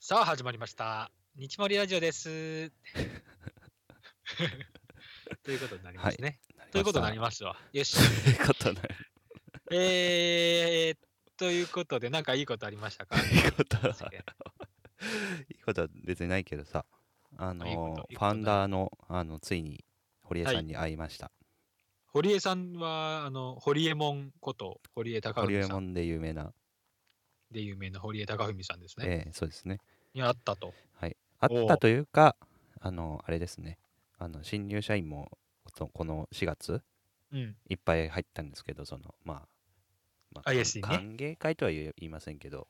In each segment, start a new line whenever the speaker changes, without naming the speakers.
さあ始まりました。日盛りラジオです。 ということになりますね。ということになり
ま
ますわ。よし。
す。ということになり
えー、ということで、なんかいいことありましたか
いいことは
そうですね、
いいことは別にないけどさ、あの
いいこといいことだ
ファウンダーの、あの、ついに、堀江さんに会いました。
堀江さんは、あの、堀江門こと、堀江貴
堀江
文さん
門で有名な、
で有名な堀江貴文さんですね。
ええそうですね。
にあったと。
はい。あ
お
っ
う
たというか、あの、あれですね。あの、新入社員も、このこの4月、
うん。
いっぱい入ったんですけど、その、まあ、まあ、
ISE ね
歓迎会とは言え言いませんけど、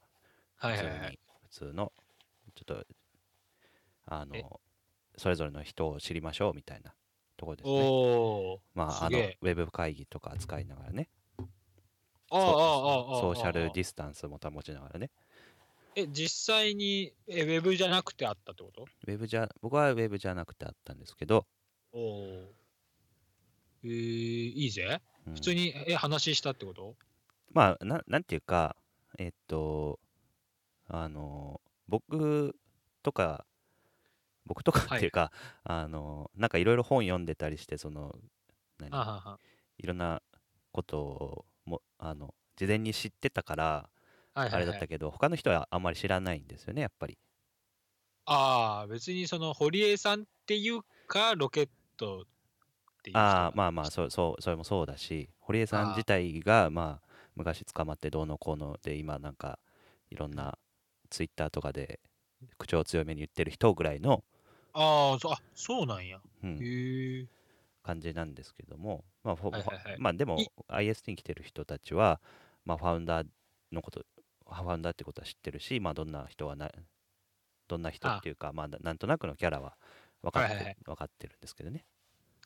はい
普
は
通
いはい。
に普通のちょっとあ
え
のそれぞれの人を知りましょうみたいなところですね。
おー。
まあ、
す
あ
げ
のウ
え
ェブ会議とか使いながらね、
あーあー、あーあー、あー
ソーシャルディスタンスも保ちながらね、
え、実際に、え、ウェブじゃなくてあったってこと
ウェブじゃ僕はウェブじゃなくてあったんですけど、
おお。えー、いいぜ。
うん
普通に、え、話したってこと
まあな、なんていうか、えっと、あの、僕とか、僕とか
はい
っていうか、あの、なんかいろいろ本読んでたりして、その、何
あははい
ろんなことをもあの事前に知ってたから
はい
あ
はい
れ
は
だっ
い
た。けど、他の人はあんまり知らないんですよねやっぱり
ああ、別にその堀江さんっていうか、ロケットっていう人
ああま
あ、
あまあそうそうそれもそうだし堀江さ
あ
ん
ー
自体がまあ昔捕まってどうのこうので今なんかいろんなツイッターとかで口調強めに言ってる人ぐらいの、
あーそあ、そうなんや。
うん
へえ。
感じなんですけどもまあ、ほ
はいはいはい
まあでも
い
IST に来てる人たちは、まあ、ファウンダーのことファウンダーってことは知ってるし、まあ、どんな人はなどんな人
あ
っていうかまあ、ななんとなくのキャラは分かって,、
はいはいはい
分かってるんですけどね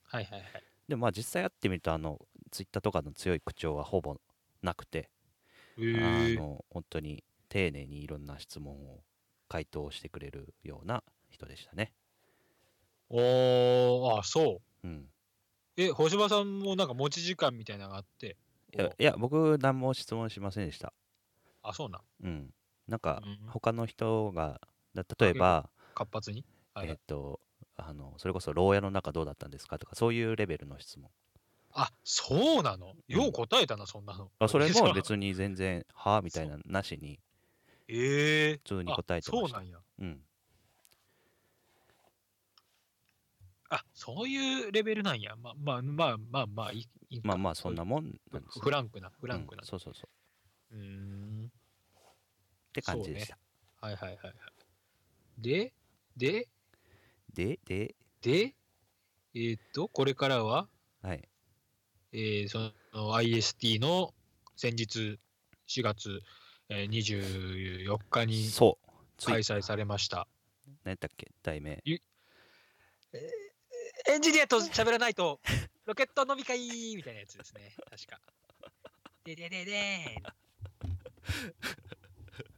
はいはいはい。
でもまあ実際会ってみるとあのツイッターとかの強い口調はほぼなくて、
へ
あ
え。
の本当に丁寧にいろんな質問を回答してくれるような人でしたね。
おー、あ、そう。
うん、
え、星葉さんもなんか持ち時間みたいなのがあって。
いや
こう
いや僕何も質問しませんでした。
あ、そうなん。
うん、なんか
うん
他の人がだ例えば、
活発に。はい
え
は
っ
い、
とあのそれこそ牢屋の中どうだったんですかとかそういうレベルの質問
あ、そうなの。よう答えたな、そんなの。
あそれも
に。
別に全然「はあ」みたいななしに
ええ
普通に
あ
答えてまし
そう
た
なんや。
うん
あ、そういうレベルなんや。まあまあまあまあまあいいいいか
まあまあそんなもん
そうんい
な
う
で
フ
すよ
フランクな、フランクな。
うんそうそうそう
うーん。
って感じでした、
はいはいはいはい。で、で、
でで
で、えーっと、これからは、
はい
えーその IST の先日4月、えー、24日に
そうつ
開
い
催されました。
何やったっけ題名
エンジニアと喋らない と、ロケット飲み会みたいなやつですね、確か。でででで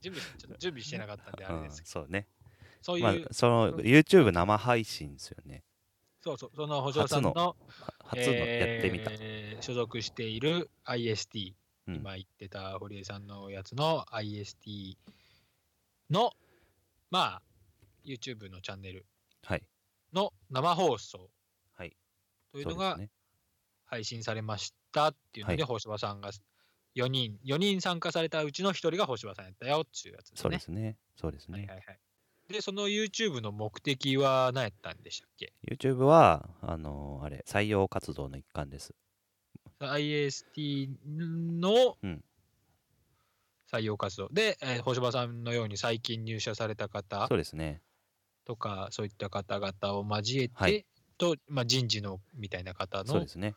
ーん準備しちょっと準備してなかったんで、あれ
う
で
ん、
すけど、
そうね
そういう、
まあその YouTube 生配信ですよね
そうそう、その星尾さんの
初は初のやってみた、
えー所属している IST、
うん
今言ってた堀江さんのやつの IST の、まあ、YouTube のチャンネル
はい
の生放送
はい
という
そう
の
で
が
すね
配信されましたっていうので、
はい
星葉さんが4人、4人参加されたうちの1人が星葉さんやったよっていうやつです
そうで
ね。
すねそうです
はい
ね
はいはい。で、その YouTube の目的は何やったんでしたっけ
YouTube は、あのーあれ、採用活動の一環です。
?IST の
うん
採用活動で、えー星葉さんのように最近入社された方
そうですね。
とか、そういった方々を交えて、
はい
とまあ、人事のみたいな方
そう
の
ですね。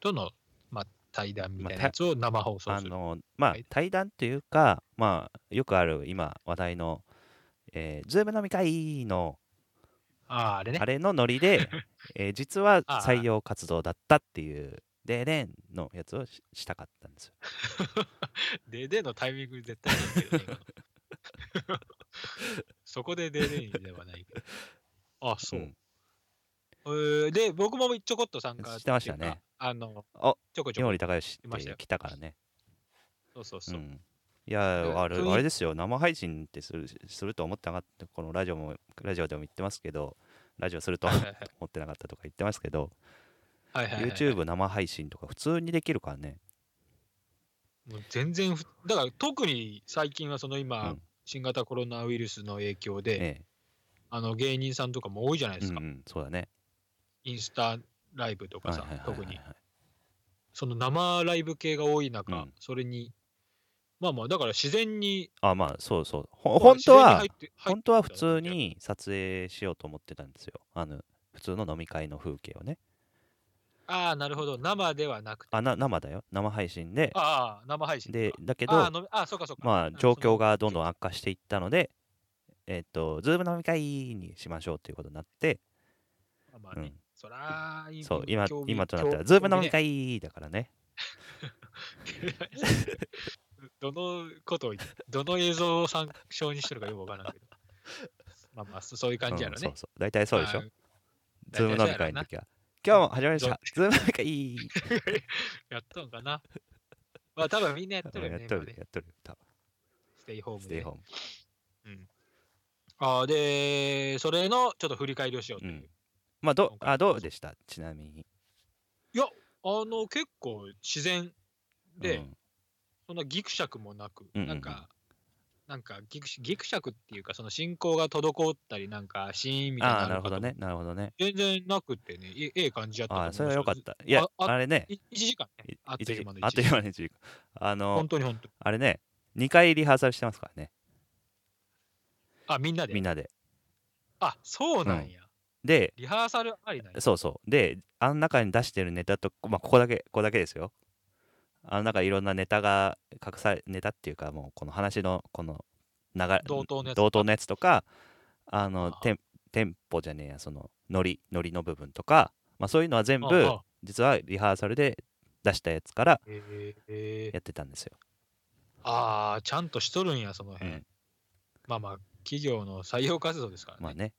との、まあ、対談みたいなやつを生放送
あ
する。
のーまあ
はい、
対談というか、まあ、よくある、今、話題の、えー、ズーム飲み会の、
ああ、あれね
あ。れのノリで、えー実は
あー
採用活動だったっていう、でれんのやつをししたかったんですよ。
デデのタイミング絶対ないけどね今の そこでデデではないけど。あ、そう。
ん
えーで、僕もちょこっと参加
してました
っていうか
ね。
あの、
あ
ちょこち
井
ょこ。
森高義
いま
っ
したよ
て来たからね。
そうそうそうう。
ん。いやあれ
そういう
あれですよ生配信ってするすると思ってなかったこのラジオもラジオでも言ってますけどラジオ すると
はい
思
はいはい
ってなかったとか言ってますけど
はいはいはいはい
YouTube 生配信とか普通にできるからね
もう全然ふ、だから特に最近はその今、
うん
新型コロナウイルスの影響で、
え
あの芸人さんとかも多いじゃない
え
で
う
す
ん
か、
うんそうだね
インスタライブとか
はい
さ、
はいはいはい
特に
はい。
その生ライブ系が多い中、
うん
それに、まあまあ、だから自然に、
あまあそうそうほ
まあ
本当
自然
は
に入って入っ
本当は普通に撮影しようと思ってたんですよあの普通の飲み会の風景をね
ああ、なるほど、生ではなくて、
あな生だよ生配信で
ああ、生配信か
でだけ
あ
ど
あ飲みああ、そうかそうか。
ま
う
あ
ん
状況がどんど
そ
ん
の
悪化していったのでえっとズーム飲み会にしましょうということになって
あまあね
うん
そらー
そう今
興味
今となっては
興
ズーム飲み
興
会だからね
味ねどのことを言ってどの映像を参照にしてるかよくわからんけ ど。まあまあ、そそういう感じやろ
うんそ
ね
う。そう大体そうでしょ
まあ
ズーム飲み会の時は今日も始まりましたズーム飲み会
やっとんかな。まあ多分みんなやってる
や
よ
っ
ね。
と
今ね
るやっ とる多
ステイホー
分
ム
ステイ
で
ホ。ーム
うんああで、それのちょっと振り返りをしようという。
うんまあど
今回
あどうでしたちなみに
あの、結構自然で、
うん
そんなギクシャクもなく、
うんうんうん
なんか、なんかギクシギクシャクっていうか、その進行が滞ったり、なんかシーンみたい
ああ
な
な
の
る
が
ほどねなるほどね
全然なくてね、えええ感じやったと
あ
思い
あ
ます
それは良かったいや
ああ
あれね
い1時間ね、あっという間の
あ
1
っ
時
という
間。
間の1時間あの
本当に本当に。
あれね2回リハーサルしてますからね
あ、みんなで。
みんなで
あ、そうなんや。
で
リハーサルありなんや。
そうそう。で、あの中に出してるネタと、まあ、ここだけ、ここだけですよ。あの中いろんなネタが隠され、ネタっていうか、もうこの話の、この流れ、
同等のやつ
同等のやつとか、あの、
ああ
テンテンポじゃねえや、その、ノリ、ノリの部分とか、まあ、そういうのは全部
ああ、
実はリハーサルで出したやつから
ええ
やってたんですよ。
ああ、ちゃんとしとるんや、その
う
辺。
ん、
まあまあ、企業の採用活動ですからね。
まあね、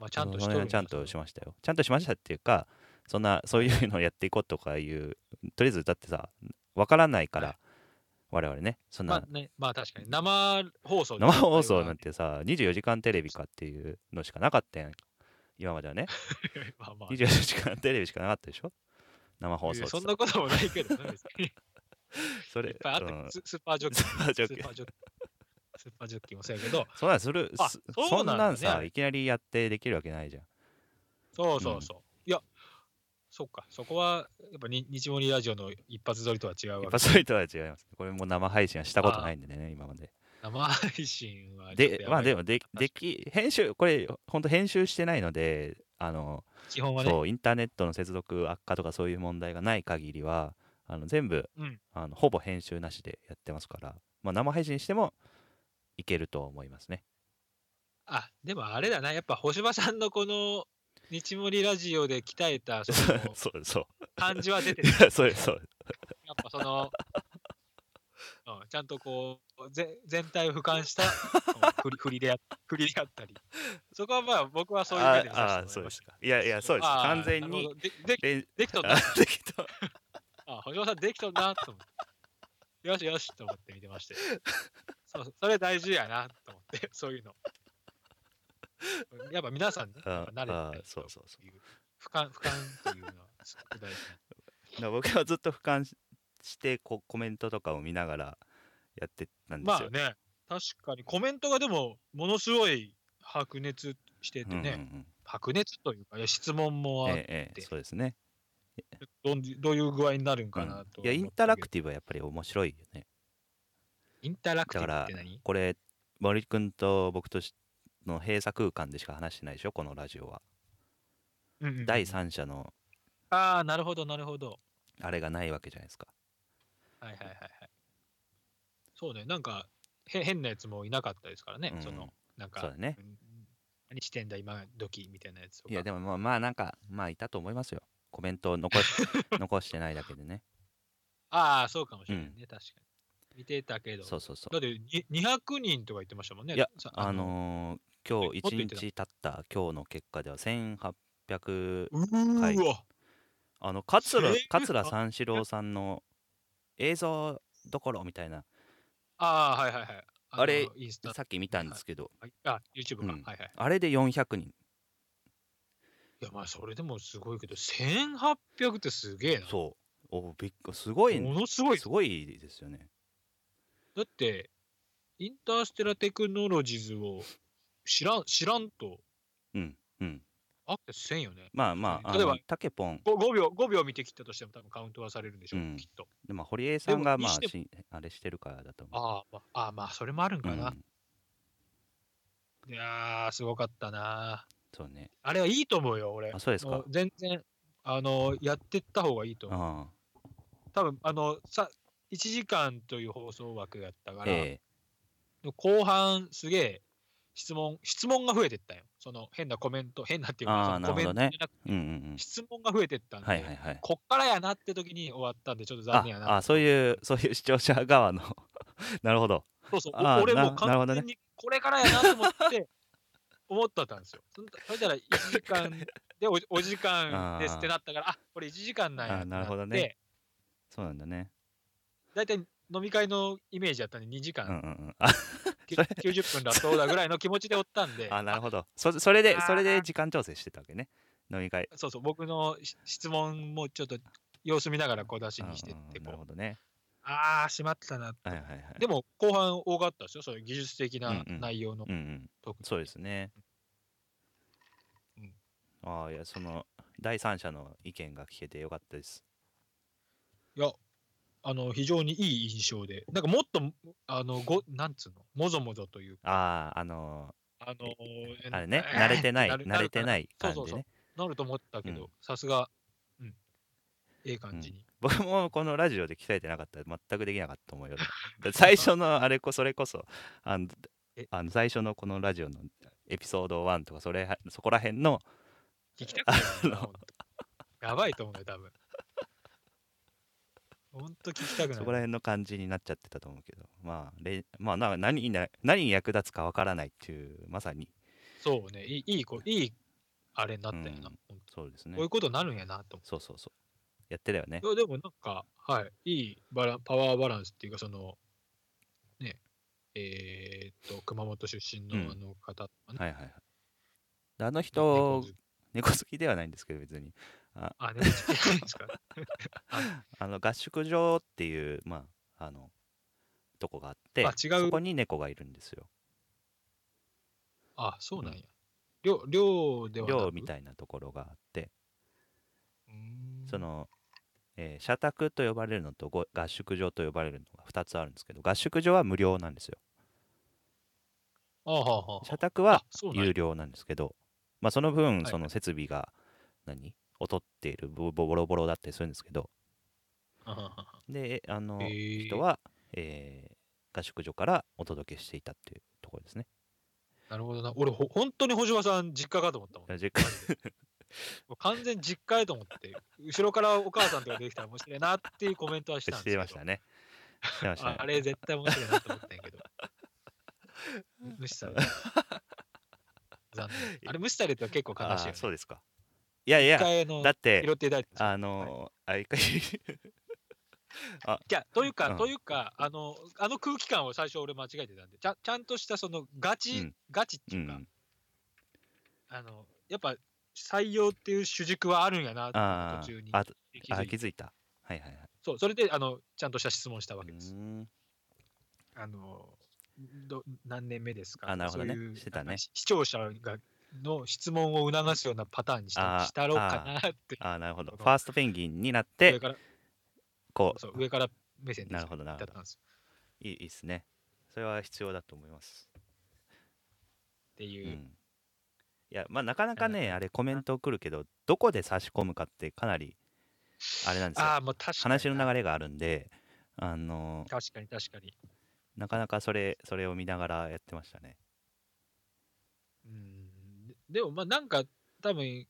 まあ、ちゃんとし
そ
と
の
るん
辺
や
はちゃんと
そ
し
の
ましたよ。ちゃんとしましたっていうか、そんな、そういうのをやっていこうとかいう、とりあえずだってさ、わからないから、
はい
我々ね、そんな、
まあね、まあ確かに。生放送
生放送なん
て。
てさ24時間テレビかっていうのしかなかったやん今まではね
まあまあ
24時間テレビしかなかったでしょ生放
い
送
や
って
そ
さ
んなこともないけどね、別に
そ
い
れ
っぱいあったけ
うん
ど、ススーパージョッキ
ス
ー。
ーパージョッキー
スーパージョッキー。スーパージョッキーもそうやけど、
そんなんする
あ
す
そ
そ
うんなんだね
なん
あ
さ
れ
いきなりやってできるわけないじゃん
そうそうそう。いや、そっか、そこは、やっぱに日森ラジオの一発撮りとは違う
やっ
わけ。
ぱそれとは違いますこれも生配信はしたことないんでね今まで
生配信は、
でまあでもで
確かに
でき編集これほんと編集してないのであの
基本はね、
そうインターネットの接続悪化とかそういう問題がない限りはあの全部、
うん
あのほぼ編集なしでやってますから、まあ、生配信してもいけると思いますね。
あ、でもあれだな、やっぱ星葉さんのこの日森ラジオで鍛え た、その、
そうそう
感じは出て
い
る。
やそう そう
やっぱその、うん、ちゃんとこうぜ全体を俯瞰したうん振り振りでや振りであったりそこはまあ僕はそういう
あ
目で指
あ
して
そ
もらい
う
ま
で
し
すかいや
た
いやそうです
あー
完全
なる
に
ほどでで
れん
できとんな
あできた
あ星野さんできとんなと思ってよしよしと思って見てましてそうそうそれ大事やなと思ってそういうのやっぱ皆さん、ね、 やっぱ慣れて
あ
ない
あ
と
そ
いう
そうそう
俯瞰俯瞰というのはすごく大事な
うだから僕はずっと俯瞰ししてこコメントとかを見ながらやってたんです
ま
よ
あ、ね、確かにコメントがでも、ものすごい白熱してて
うんうん
ね、
うん
白熱というか、いや質問もあ
ええええそうですね、
どんどういう具合になるん
う
かなんと、
いやインタラク
テ
ティブはやっぱり面白いよね
ィブ。インタラクティ
だか
ブ
ら
って何
これ森くんと僕としの閉鎖空間でしか話してないでしょこのラジオは、
うんうん
第三者の
ああ、なるほど、なるほど。
あれがないわけじゃないですか
はいはいはいはい。そうね、なんか、へ変なやつもいなかったですからね、
うん
その、なん
そう
か
だ、ね
うん何してんだ、今時みたいなやつとか。
いやでもまあまあなんかまあいたと思いますよコメントを 残し残してないだけでね
ああ、そうかもしれないね、確かに。見てたけど、
そうそうそ
だってに200人とか言ってましたもんね。
いや
さ
うあのー今
もっと言
日
ってた
1日経った今日の結果では1800
うーわ、
はいあの桂
セーフ
桂三四郎さんの映像どころみたいな
ああ、はいはいはい。の
あれ
インスタ
さっき見たんですけど、
あ、YouTube か、
うん
はいはい。
あれで400人
いや、まあ、それでもすごいけど、1800ってすげえな。
そうおびっくすごい
ものすごい。
すごいですよね
だって、インターステラテクノロジーズを知らん、知らんと
うんうん
アクセスせんよね。
まあまああ
例えば
のタケポン
5, 秒、5秒見てきたとしても多分カウントはされるんでしょう、
うん
きっと。
でも堀江さんが
でも
ま
に
あ
して
しあれしてるからだと思う
ああ、まあ、あーまあ、それもあるんか
う
な。
ん、
いやー、すごかったな。
そうね
あれはいいと思うよ、俺。
あそうです
も
か
う全然、あの、やってった方がいいと思う。
ああ
多分、あの、さ、1時間という放送枠やったから、
え
後半すげえ質問、質問が増えてったよ。その変なコメント、変なっていうか、そ
あー
のコメント
なるほどね
じゃなく
えうんうんうん
質問が増えてったんで、
はいはいはい
こっからやなって時に終わったんで、ちょっと残
あ
念やな。
あそういうそういう視聴者側の なるほど
そうそう、
あー
俺もう
ななるほ
完
どね
全にこれからやなと思って、思ったったんですよ。そんそしたら1時間でおお時間ですってなったから、あこれ1時間なんや
あー
ってな
な
っ
る
て
ほどねそうなんだね
大体飲み会のイメージやったんで2時
うんうん
間、
うんあ
き90分だそうだぐらいの気持ちでおったんで
あなるほどそそれで
あー
それで時間調整してたわけね飲み会
そうそう僕のし質問もちょっと様子見ながら小出しにしてっ
うんうんう
て
んなる
こ
ほ
う
どね
ああしまってたな
はいはいはい
でも後半多かったですよそういう技術的
うん
な
うん
内容の
うんうん
トーク
そうですね
うん
ああいやその第三者の意見が聞けてよかったです
いやあの非常にいい印象でなんかもっとあのごなんつうのもぞもぞというか
あああの
あのー
あ れね
えー
慣れてない
なる
慣れてない
な
感
る
じ
そうそうそう
ね
なると思ったけ
うん
どさすがうんええ感じに、
僕もこのラジオで鍛えてなかったら全くできなかったと思う よだって最初のあれこそれこそあの
え
あの最初のこのラジオのエピソード1とかそれはそこら辺の
聞きたく ないなほんとやばいと思うよ多分ほんと聞きたくない
そこら辺の感じになっちゃってたと思うけどまあれまあな何にな何に役立つかわからないっていうまさに
そうね、いいいいこ、いいあれになったよな、
うん
ほんと
そうですね
こういうことになるんやなと
そうそうそうやってたよね
思う。いやでもなんか、はい、いいバランパワーバランスっていうか、その、ね、えーっと、熊本出身
うん
のあの方とかね、
はいはいはいであの
猫
人
好き
猫好きではないんですけど別に
あ、猫好きなんですか。
あの合宿場っていうまああのとこがあって
あ違う
そこに猫がいるんですよ
あ、そうなんや。寮、寮ではなく
寮みたいなところがあって
うーん
その、えー社宅と呼ばれるのとご合宿場と呼ばれるのが2つあるんですけど合宿場は無料なんですよ
あはあはあはあ
社宅は
あそうなんや
有料なんですけどまあその分
はい
その設備が何劣っているボボロボロだったりするんですけど
あはあはあ
であの、
へー
人は、えー合宿所からお届けしていたっていうところですね。
なるほどな。俺、ほ本当に星葉さん、実家かと思ったもん。
実
マジでもう完全に実家やと思って、後ろからお母さんとか出てきたら面白いなっていうコメントはし
して
たんですけど。
ましたね。してましたね
ああれ絶対面白いなと思ったんやけど。 無視された。 残念。あれ無視されたら結構
あ
悲しいよ、ね。
ーそうですか。いやいや
一、回あの
だっ
拾
て、
っていただいたんですよ
あのー、あ一回
いやというか、
うん
というかあの、あの空気感を最初俺間違えてたんで、ちゃんちゃんとしたそのガチ、
うん
ガチって
う
いうか、
ん、
あの、やっぱ採用っていう主軸はあるんやなって
あ
途中
ー
に
あ、
気
あ
づ
ー
い
気
て
づいた。はいはいはい。
そう、それであのちゃんとした質問したわ
う
けです。
ーん
あのど何年目ですか
あなるほどね
そういう
してたね
なんか視視聴者がの質問を促すようなパターンにし
あー
たしたろうかなって。
あーなるほど。
そ
フ
の
ァーストペンギンになっ
上
て、
から
こ
そう
う、
上から目線で
なるほどなるほ
だ
ど
ったんですよ
いいいいっすね。それは必要だと思います。
って
う
いう、
ん。いや、まあなかなか
な
ね、あれコメント来るけど、どこで差し込むかってかなり、あれなんですよ。
ああもう確かに
話の流れがあるんで、あのー
確かに確かに
なかなかそれそれを見ながらやってましたね。
うんででもまあなんか多分引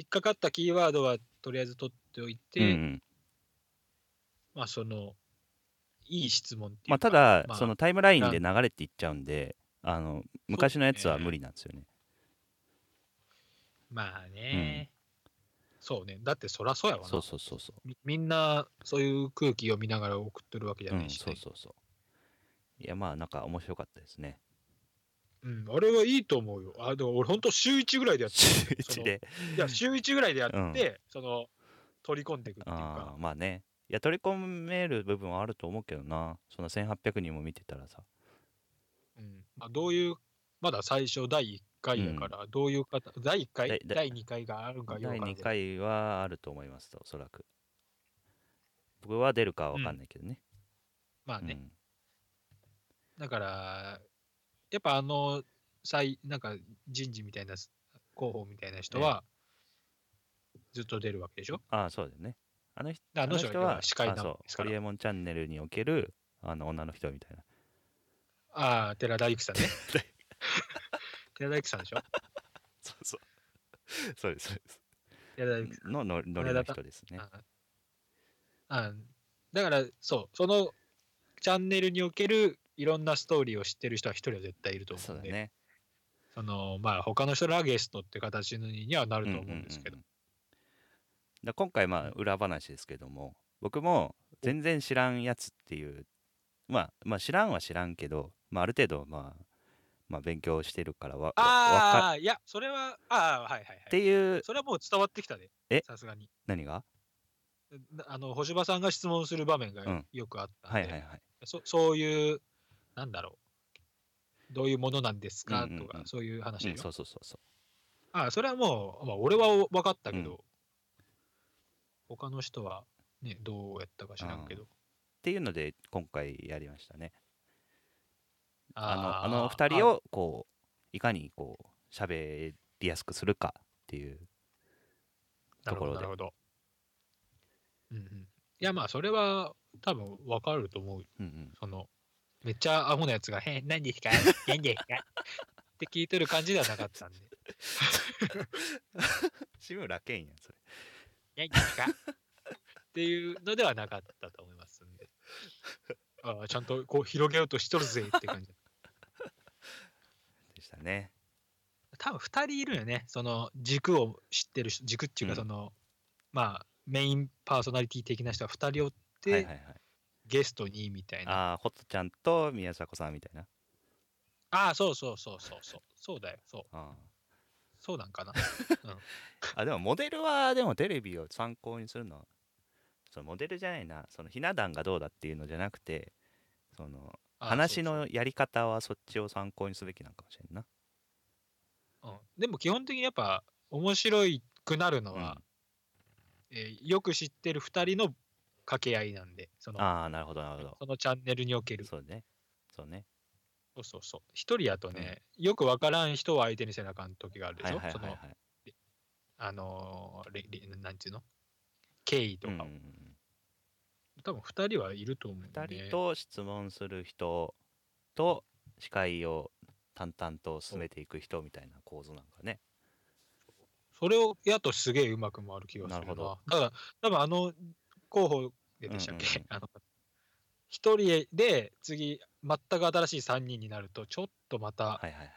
っかかったキーワードはとりあえず取っておいて、
うんうん
まあそのいい質問っていうか
まあ、ただ、
まあ
そのタイムラインで流れていっちゃうんであの昔のやつは無理なんですよね。
まあね、そうねだってそらそうやわな
そうそうそうそう。
みみんなそういう空気読みながら送ってるわけじゃ
う
ない
ん、
し
そ
ね、
うそうそう。いやまあなんか面白かったですね。
うん、あれはいいと思うよ。あ、でも俺、本当週1ぐらいでやって
週
その
一で。
いや、週1ぐらいでやって、
うん
その、取り込んでいくっていう
あ
か
あ、まあね。いや取り込める部分はあると思うけどな。その1800人も見てたらさ。
うんまあ、どういう、まだ最初第1回だから、どういう方、第1
だい
回、
だ
第2回があるかよ
第
うか
2回はあると思いますおそらく。僕は出るかは分かんないけどね。
まあ
うん
ね、だから、やっぱあの、最なんか人事みたいな、広報みたいな人は、ずっと出るわけでしょ
ああ、そうだよね。あの人
あ
あ
の
の
人
人
は
は、
司会
あ
な
そ
ん
う
ですか
ホ
ら
リエモンチャンネルにおけるあの女の人みたいな。
ああ、寺田由紀さんね。寺田由紀さんでしょ
そうそう。そうです、そうです。
寺田由 紀さん。
ののノリの人ですね。
ああだから、そう、そのチャンネルにおけるいろんなストーリーを知ってる人は一人は絶対いると思う
そう
の
だ
で、
ね。
そのまあ、他の人らはゲストって形にはなると思うんですけど
う、んうんうんだ今回まあ裏話ですけども僕も全然知らんやつっていうまあまあ知らんは知らんけど、まあ、ある程度まあまあ勉強してるからわわわか
ああ、いや、それは、ああ、はいはい
っ
は
て
い。
いう
それはもう伝わってきたで、
え
さすがに。
何が
なあの星葉さんが質問する場面が
うん
よくあったんで、
はいはいはい
そそういう、なんだろう、どういうものなんですか
うんうんうん
とか、そういう話
う
で
ん
しょ
そうそうそうそ
ああそれはもう、まあ、俺は分かったけど、
うん
他の人は、ね、どうやったか知らんけど。
うっていうので今回やりましたねあ
ー
のあの2人、をこういかにこう喋りやすくするかっていう
あなるほど
ところで
なるほど。うんうん、いや、まあ、それは多分分かると思うよ。
うんうん
その、めっちゃアホなやつが、へん、何ですか何ですかって聞いてる感じではなかったん で。
志村けんやんそ
何
れ
ですかっていうのではなかったと思いますんで。ああ、ちゃんとこう広げようとしとるぜって感じ。
でしたね
多分2人いるよねその軸を知ってる人軸っていうか
うん
その、まあメインパーソナリティ的な人は2人おっ
は
て、
いはいはい
ゲストにみたいなあ
ああホットちゃんと宮迫さんみたいな
あーそうそうそうそうそうそうだよそう
あー
そうなん かな
あでもモデルはでもテレビを参考にするのはそのモデルじゃないなそのひな壇がどうだっていうのじゃなくてその
あーそ
話
う
のやり方はそっちを参考にすべきなんかもしれんな
そううん、でも基本的にやっぱ面白いくなるのは、えーよく知ってる2人の掛け合いなんでその
ああなるほどなるほ
そのチャンネルにおけ
ど
る
そうねそうね
そうそうそう1人やとね、よくわからん人を相手にせなあかん時があるでし
はい
ょ、
はいはい
そ
は
の
い
あのーれれなんていうの経緯と
うん
か
うん
を、
うん
多分2人はいると思うんだよね。
二人と質問する人と司会を淡々と進めていく人みたいな構図なんかね
それをやっとすげえうまく回る気がするな。
なるほど
だから多分あの候補ででしたっけ、
うんうんうん
あの1人で次全く新しい3人になるとちょっとまた
はいはいはい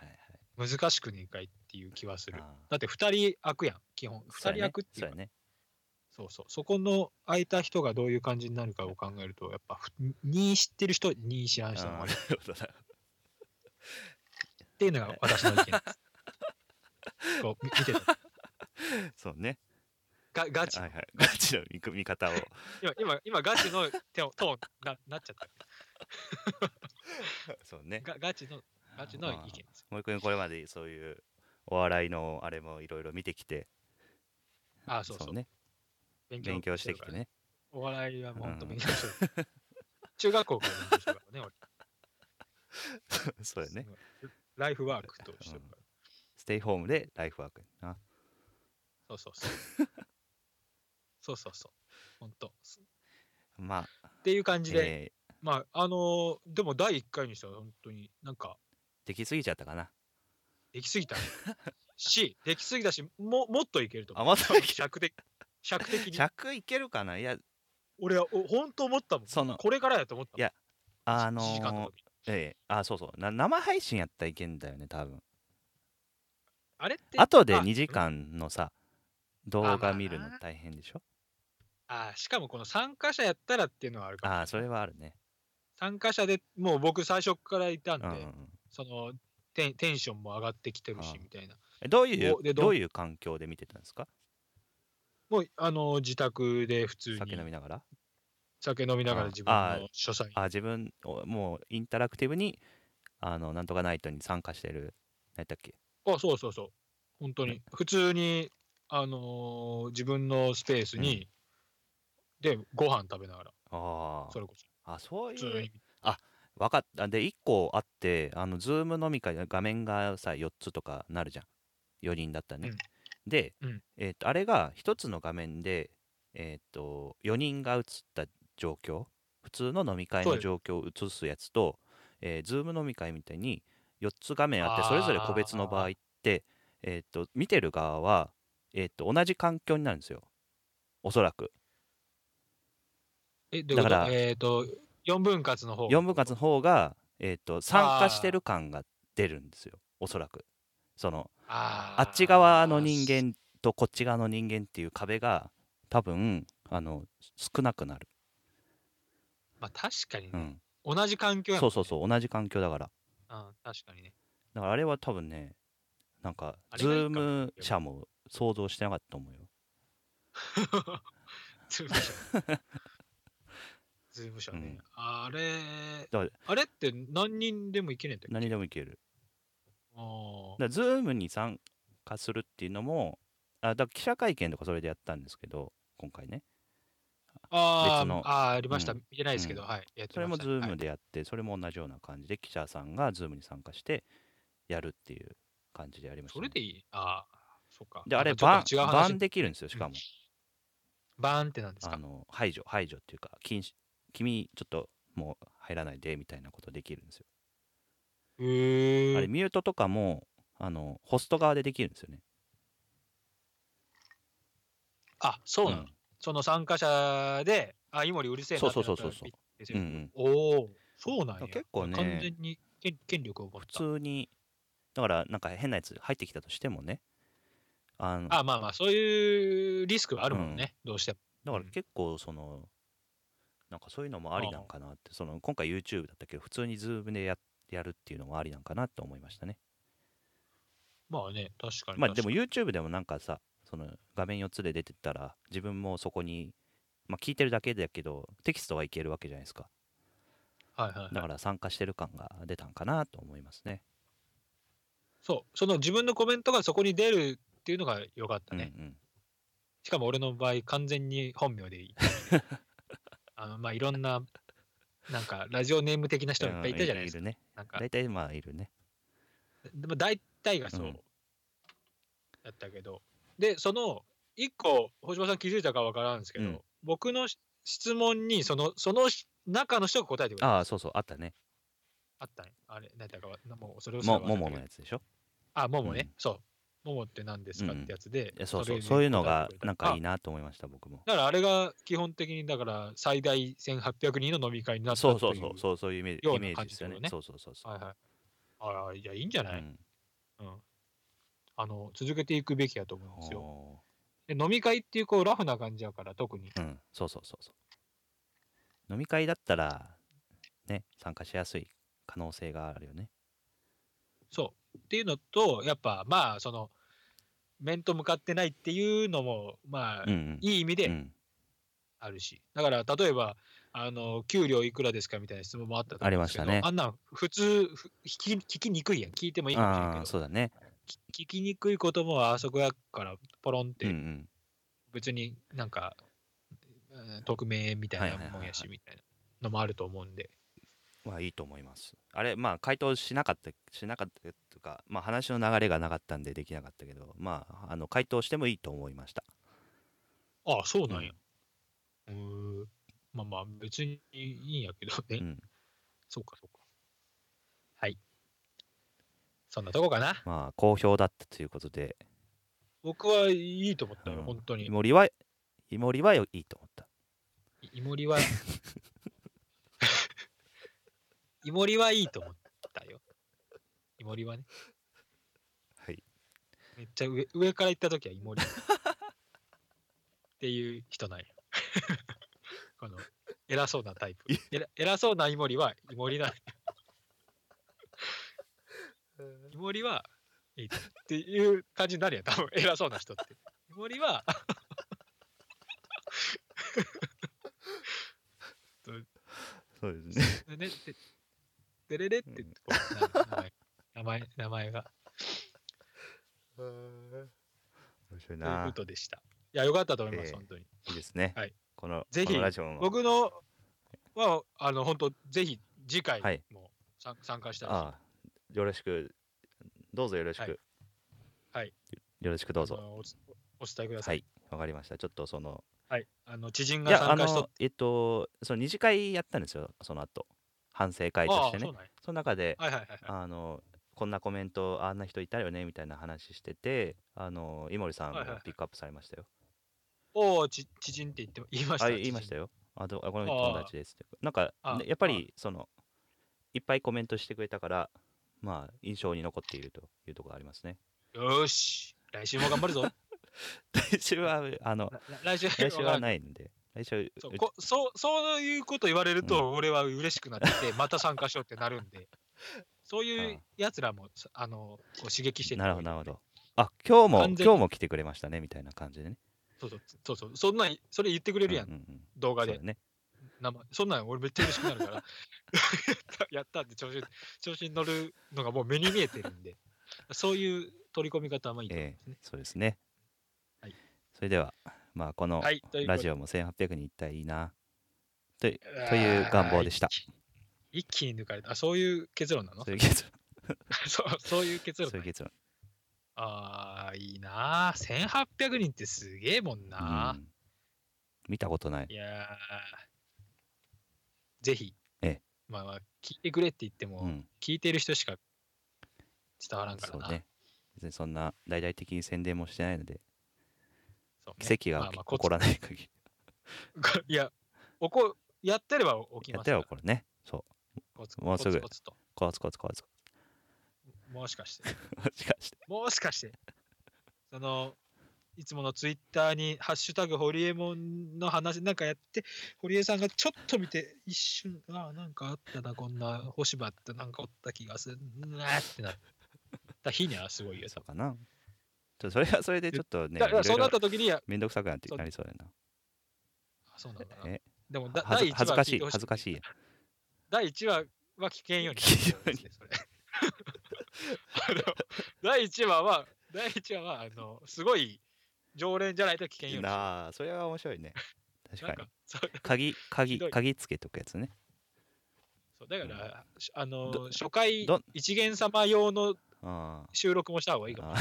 はい
難しくねえかいっていう気はする。
あー
だって2人悪やん基本
そう
2
やね
人悪ってい
そうう
か
やね
そうそうそこの空いた人がどういう感じになるかを考えるとやっぱ2知ってる人2知らん人もある
あーなるほどな
っていうのが私の意見です。 こうみ見てた
そうね
ガガチ
はいはいガチの見見方を
今、今、今ガチの手 をトーンななっちゃった。
そうね
ガガチの、ガチの意見です。
森君これまでそういうお笑いのあれもいろいろ見てきて
ああ、そうそう。
ね勉強してきて
るから。
ね
お笑いはもう本当
うん
勉強してる。中学校から勉強してるからね、
そう
俺。
よね
すごい。ライフワークとしてるから。
ステイホームでライフワークな
そうそうそう。そうそうそう。本当。す
まあ
っていう感じで、
え
まあ、あのーでも第1回にしては本当になんか、
ーできすぎちゃったかな
できすぎ たね。し、できすぎたし、ももっといけると
あ
思う。
また
尺的尺的に。
100いけるかないや
俺はお本当思ったもん。
その
これからやと思ったもん。
いやあ
1時間
の
の
ー
時
ええあそうそうな生配信やったらいけんだよね多分
あれって
後で
あ
2時
うん
間のさ
ま
動
あな
画見るの大変でしょ
あしかもこの参加者やったらっていうのはあるかもしれ
あ
ない
あそれはあるね
参加者でもう僕最初からいたんで、
うんうんうん
そのテンテンションも上がってきてるし
うん
みたいな。
えどういう
おでどう
どういう環境で見てたんですか
もうあの自宅で普通に
酒飲みながら
酒飲みながら自分
あ
の書斎
あ自分おもうインタラクティブにあのなんとかナイトに参加してる何だっけ
あ、そうそうそう。本当に。普通に、あのー自分のスペースに、で、ご飯食べながら、
あ
それこそ。
ああそう
普通
いう
に。
分かったで1個あってあのズーム飲み会の画面がさ4つとかなるじゃん4人だったらね、
うん
で、
うん
えー、とあれが1つの画面で、えー、と4人が映った状況普通の飲み会
そう
の
です
状況を映すやつと、えー、ズーム飲み会みたいに4つ画面あってそれぞれ個別の場合って、えー、と見てる側は、えー、と同じ環境になるんですよおそらく
え、どういうこと
だから
えっ、と、4分割の方
4分割の
の
方が、えー、と参加してる感が出るんですよおそらくその
あー
あっち側の人間とこっち側の人間っていう壁が多分あの少なくなる、
まあ、確かに
う
ね、
ん、
同じ環境や
そうそう
う。
そう同じ環境だから
うん、確かにね。
だからあれは多分ねなんか
あれ
ズ
がいい
ー
かも
ム社も想像してなかったと思うよ
ズーム社。 ズーム社ね。
うん
あれ
だから、
あれって何人でもいけねえんだっけ
何でもいける
あー
だからズームに参加するっていうのもあだから記者会見とかそれでやったんですけど今回ね
あ
別
ー
の
あー、ありました。
うん
見てないですけど、
うん
はい。やって
それ
ま
も
し
ズ
たね
ー
は
ム
い
でやってそれも同じような感じで記者さんがズームに参加してやるっていう感じでやりました
そ
ね、
れでいいああ、そっか。
であれ
なん
バ
か
ン
ちょっと違う
バ
話
ンできるんですよしかも、
バンってなんです
あ
か
の排除排除っていうか禁止君ちょっともう入らないでみたいなことできるんですよ、
へえ
あれミュートとかもあのホスト側でできるんですよね
あ、そうなの、
ん
その参加者で、あ、イモリうるせえな
そうそうそうそうそう
う
うんうん
おお、そうなんや。
だから結構ね
完全に権権力を持っ
普
た。
通にだからなんか変なやつ入ってきたとしてもねあの
あ、まあまあ、そういうリスクがあるもんね、どうしても。
だから
うん
結構その、なんかそういうのもありなんかなってその今回 YouTube だったけど普通に Zoom でややるっていうのもありなんかなと思いましたね
まあね、確かに。
まあでも
確か
YouTube でもなんかさその画面4つで出てったら自分もそこに、まあ、聞いてるだけだけどテキストはいけるわけじゃないですか
にはいはい
だ
はい。
から参加してる感が出たんかなと思いますね。
そう、その自分のコメントがそこに出るっていうのが良かったね。
うんうん、
しかも俺の場合、完全に本名 でいい。あのまあ、いろんな、なんか、ラジオネーム的な人がいっぱいいたじゃないですか。
うんるね。
なんか、
大体まあいるね。
でも大体がそううんだったけど、で、その、一個、星葉さん気づいたかわからんですけど、
うん
僕のし質問に、その、そのし中の人が答えてくれた。
ああそうそうあったね。
あったね。あれ、何だかわ、もうそれをすら
も
忘れたけ
も
ど
ものやつでしょ。
あ、ももね、
うん
そう。ももって何ですかってやつで、
えそうそう
れに
そういうの
答え
が
てくれた
なんか
あ
いいなと思いました僕も。
だからあれが基本的にだから最大1800人の飲み会になった
そう
と
そう
い
そうそうそういうイメージ
よう
イ
な
メー
感
ジ
じ
で
っ
す
て
よ
こ
ね
と。ね
そうそうそうそう。
はいはい。あら、いや、いいんじゃない、
うん
うんあの続けていくべきやと思うんですよ。
お
で飲み会っていうこうラフな感じやから特に
ーうんそうそうそうそう。飲み会だったらね参加しやすい可能性があるよね。
そうっていうのとやっぱまあその面と向かってないっていうのもまあ、
うんうん。
いい意味
う
で
ん
あるし、だから例えばあの給料いくらですかみたいな質問もあったと思うんですけど
ありまし
あ
たね
んなん普通ふ聞き聞きにくいやん聞いてもいいかもしれないけ
あ
ど
あそうだね。
聞きにくいこともあそこやからポロンっ
うんう
て
ん。
別になんか、うん匿名みたいなもんやし
はいはいはいはい
みたいなのもあると思うんで
まあいいと思います。あれまあ回答しなかったしなかったというかまあ話の流れがなかったんでできなかったけどまああの回答してもいいと思いました。
ああそうなんや
う、
うーん、まあまあ別にいいんやけどね、
うん
そうかそうかはいそんなとこかな
まあ好評だったということで、
僕はいいと思ったよ、
うん
本当に
イモリはイモリはいいと思った。
イモリはイモリはいいと思ったよイモリはね
はい。
めっちゃ上上から行った時はイモリっていう人なんや この偉そうなタイプ。偉偉そうなイモリは、イモリな、イモリは、いいっていう感じになるやん、多分偉そうな人って。イモリは、
そうですね。
ね、ててれれって
うん
こうなる名前、名前名前が。
面白い
という
な
こ。とでした。いや、よかったと思います、
ええ
本当に。
いいですね。
はい
この
ぜひ
このラジオも。
僕のは、あの、本当ぜひ、次
はい
回も参参加したいし
ああよろしく。どうぞよろしく。
はいはい
よろしくどうぞ
あ。のおつお伝えくださ。
はいい。わかりました。ちょっとその。
はい。あの、知人
い
が
や、あ
参加しとっ
の、えっと、その二次会やったんですよ、その後。反省会と
ああそ
して
う
ね。
なんや
その中で、
はいはいはいはい。
あのこんなコメントあんな人いたよねみたいな話しててあの井森さんも
はいはいはい
ピックアップされましたよ。
おお、ち知人って言って言いました。
あ言いました
よ。
よ。あどあこの人
ああ
友達ですって。なんか、
あ
ねやっぱりそのいっぱいコメントしてくれたからまあ印象に残っているというところがありますね。
よーし、来週も頑張るぞ。な
来週はあの
な来週
来週
わか
は
らん
ないんで来週
そううこそうそういうこと言われると、俺は嬉しくなってきて、また参加しようってなるんで、そういうやつらも、さあの、こう刺激して
なるほどなる
ほ
ほど。あ今日も
完全に
今日も来てくれましたねみたいな感じでね。
ど。そうそう、そうそう、そんなん、それ言ってくれるやん、
うんうんうん
動
そ
画
う
で
だ。ね。
生そんなん俺めっちゃ嬉しくなるから、や ったやったって調子調子に乗るのがもう目に見えてるんで、そういう取り込み方もいいと思いますね。
そうですね。
はい
それではまあこの
はい、ということ
ラ
で
ジオも1800人いったらいいな。といという願望でした
あー。一気一気に抜かれた。あ、そういう結論なの
そういう結
そうそういう結
論。
論
そういう結論。
ああ、いいなあ。1800人ってすげえもんなあ、
うん見たことない。
いやあぜひ、
ええ
まあまあ、聞いてくれって言っても、
うん。
聞いてる人しか伝わらんから
そ
な。
うね。別にそんな大々的に宣伝もしてないので、
そうね
奇跡
ま
が
あ
起
まあ
き起こらない 限り。
こ いや、おこやってれば起き
や
ま
っ
すか
た
ら
ら起こるね。そう。
コツ
もうすぐ
コツコツ
コツコツコツ。
と。もしかして。
も しかして。
もしかして、 その、いつものツイッターに、ハッシュタグホリエモンの話なんかやって、ホリエさんがちょっと見て、一瞬、ああ、なんかあったな、こんな、星葉ってなんかおった気がするなーってなった日にはすごいよ。
そうかな。ちょそれはそれでちょっとね、
だから
いろ
そ
いう
な
ろ
った時には、
めんどくさくなって
そう
なりそうだよ
あそうなんだ
な。
な。
え
でもだ、
恥
第1
ず
話
恥ずかし
聞
い
てほ
恥ずかしいや。
第1話は危険ように
聞けんように
ですねそれ あの第1話は、第1話は、あの、すごい常連じゃないと危険ようにしよ
なあ、それは面白いね。
う。
確
な
か
ん
に
か。、そう
鍵、
ひ
鍵
ど、い
鍵つけとくやつね。
そうだから、しあの
ど
ー初回
どん
一元様用の
ああ
収録もした方がいいかも
あ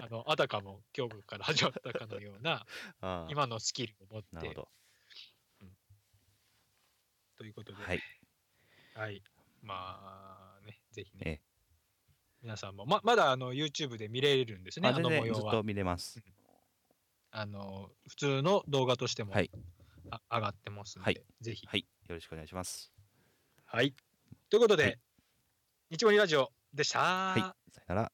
あのあたかも恐怖から始まったかのような
ああ
今のスキルを持
な
って
るほど。
ということで、
はい。
はいまあねぜひ
え
ね
え
皆さんもままだあの YouTube で見れるんですね
あ
あ
全
の模
然
様
ずっ
は
と見れます。
あの普通の動画としても、
はい
あ上がってますので、
はい
ぜひ
はい。よろしくお願いします。
はいということで、
はい
日曜日ラジオでした、
はい。さよなら。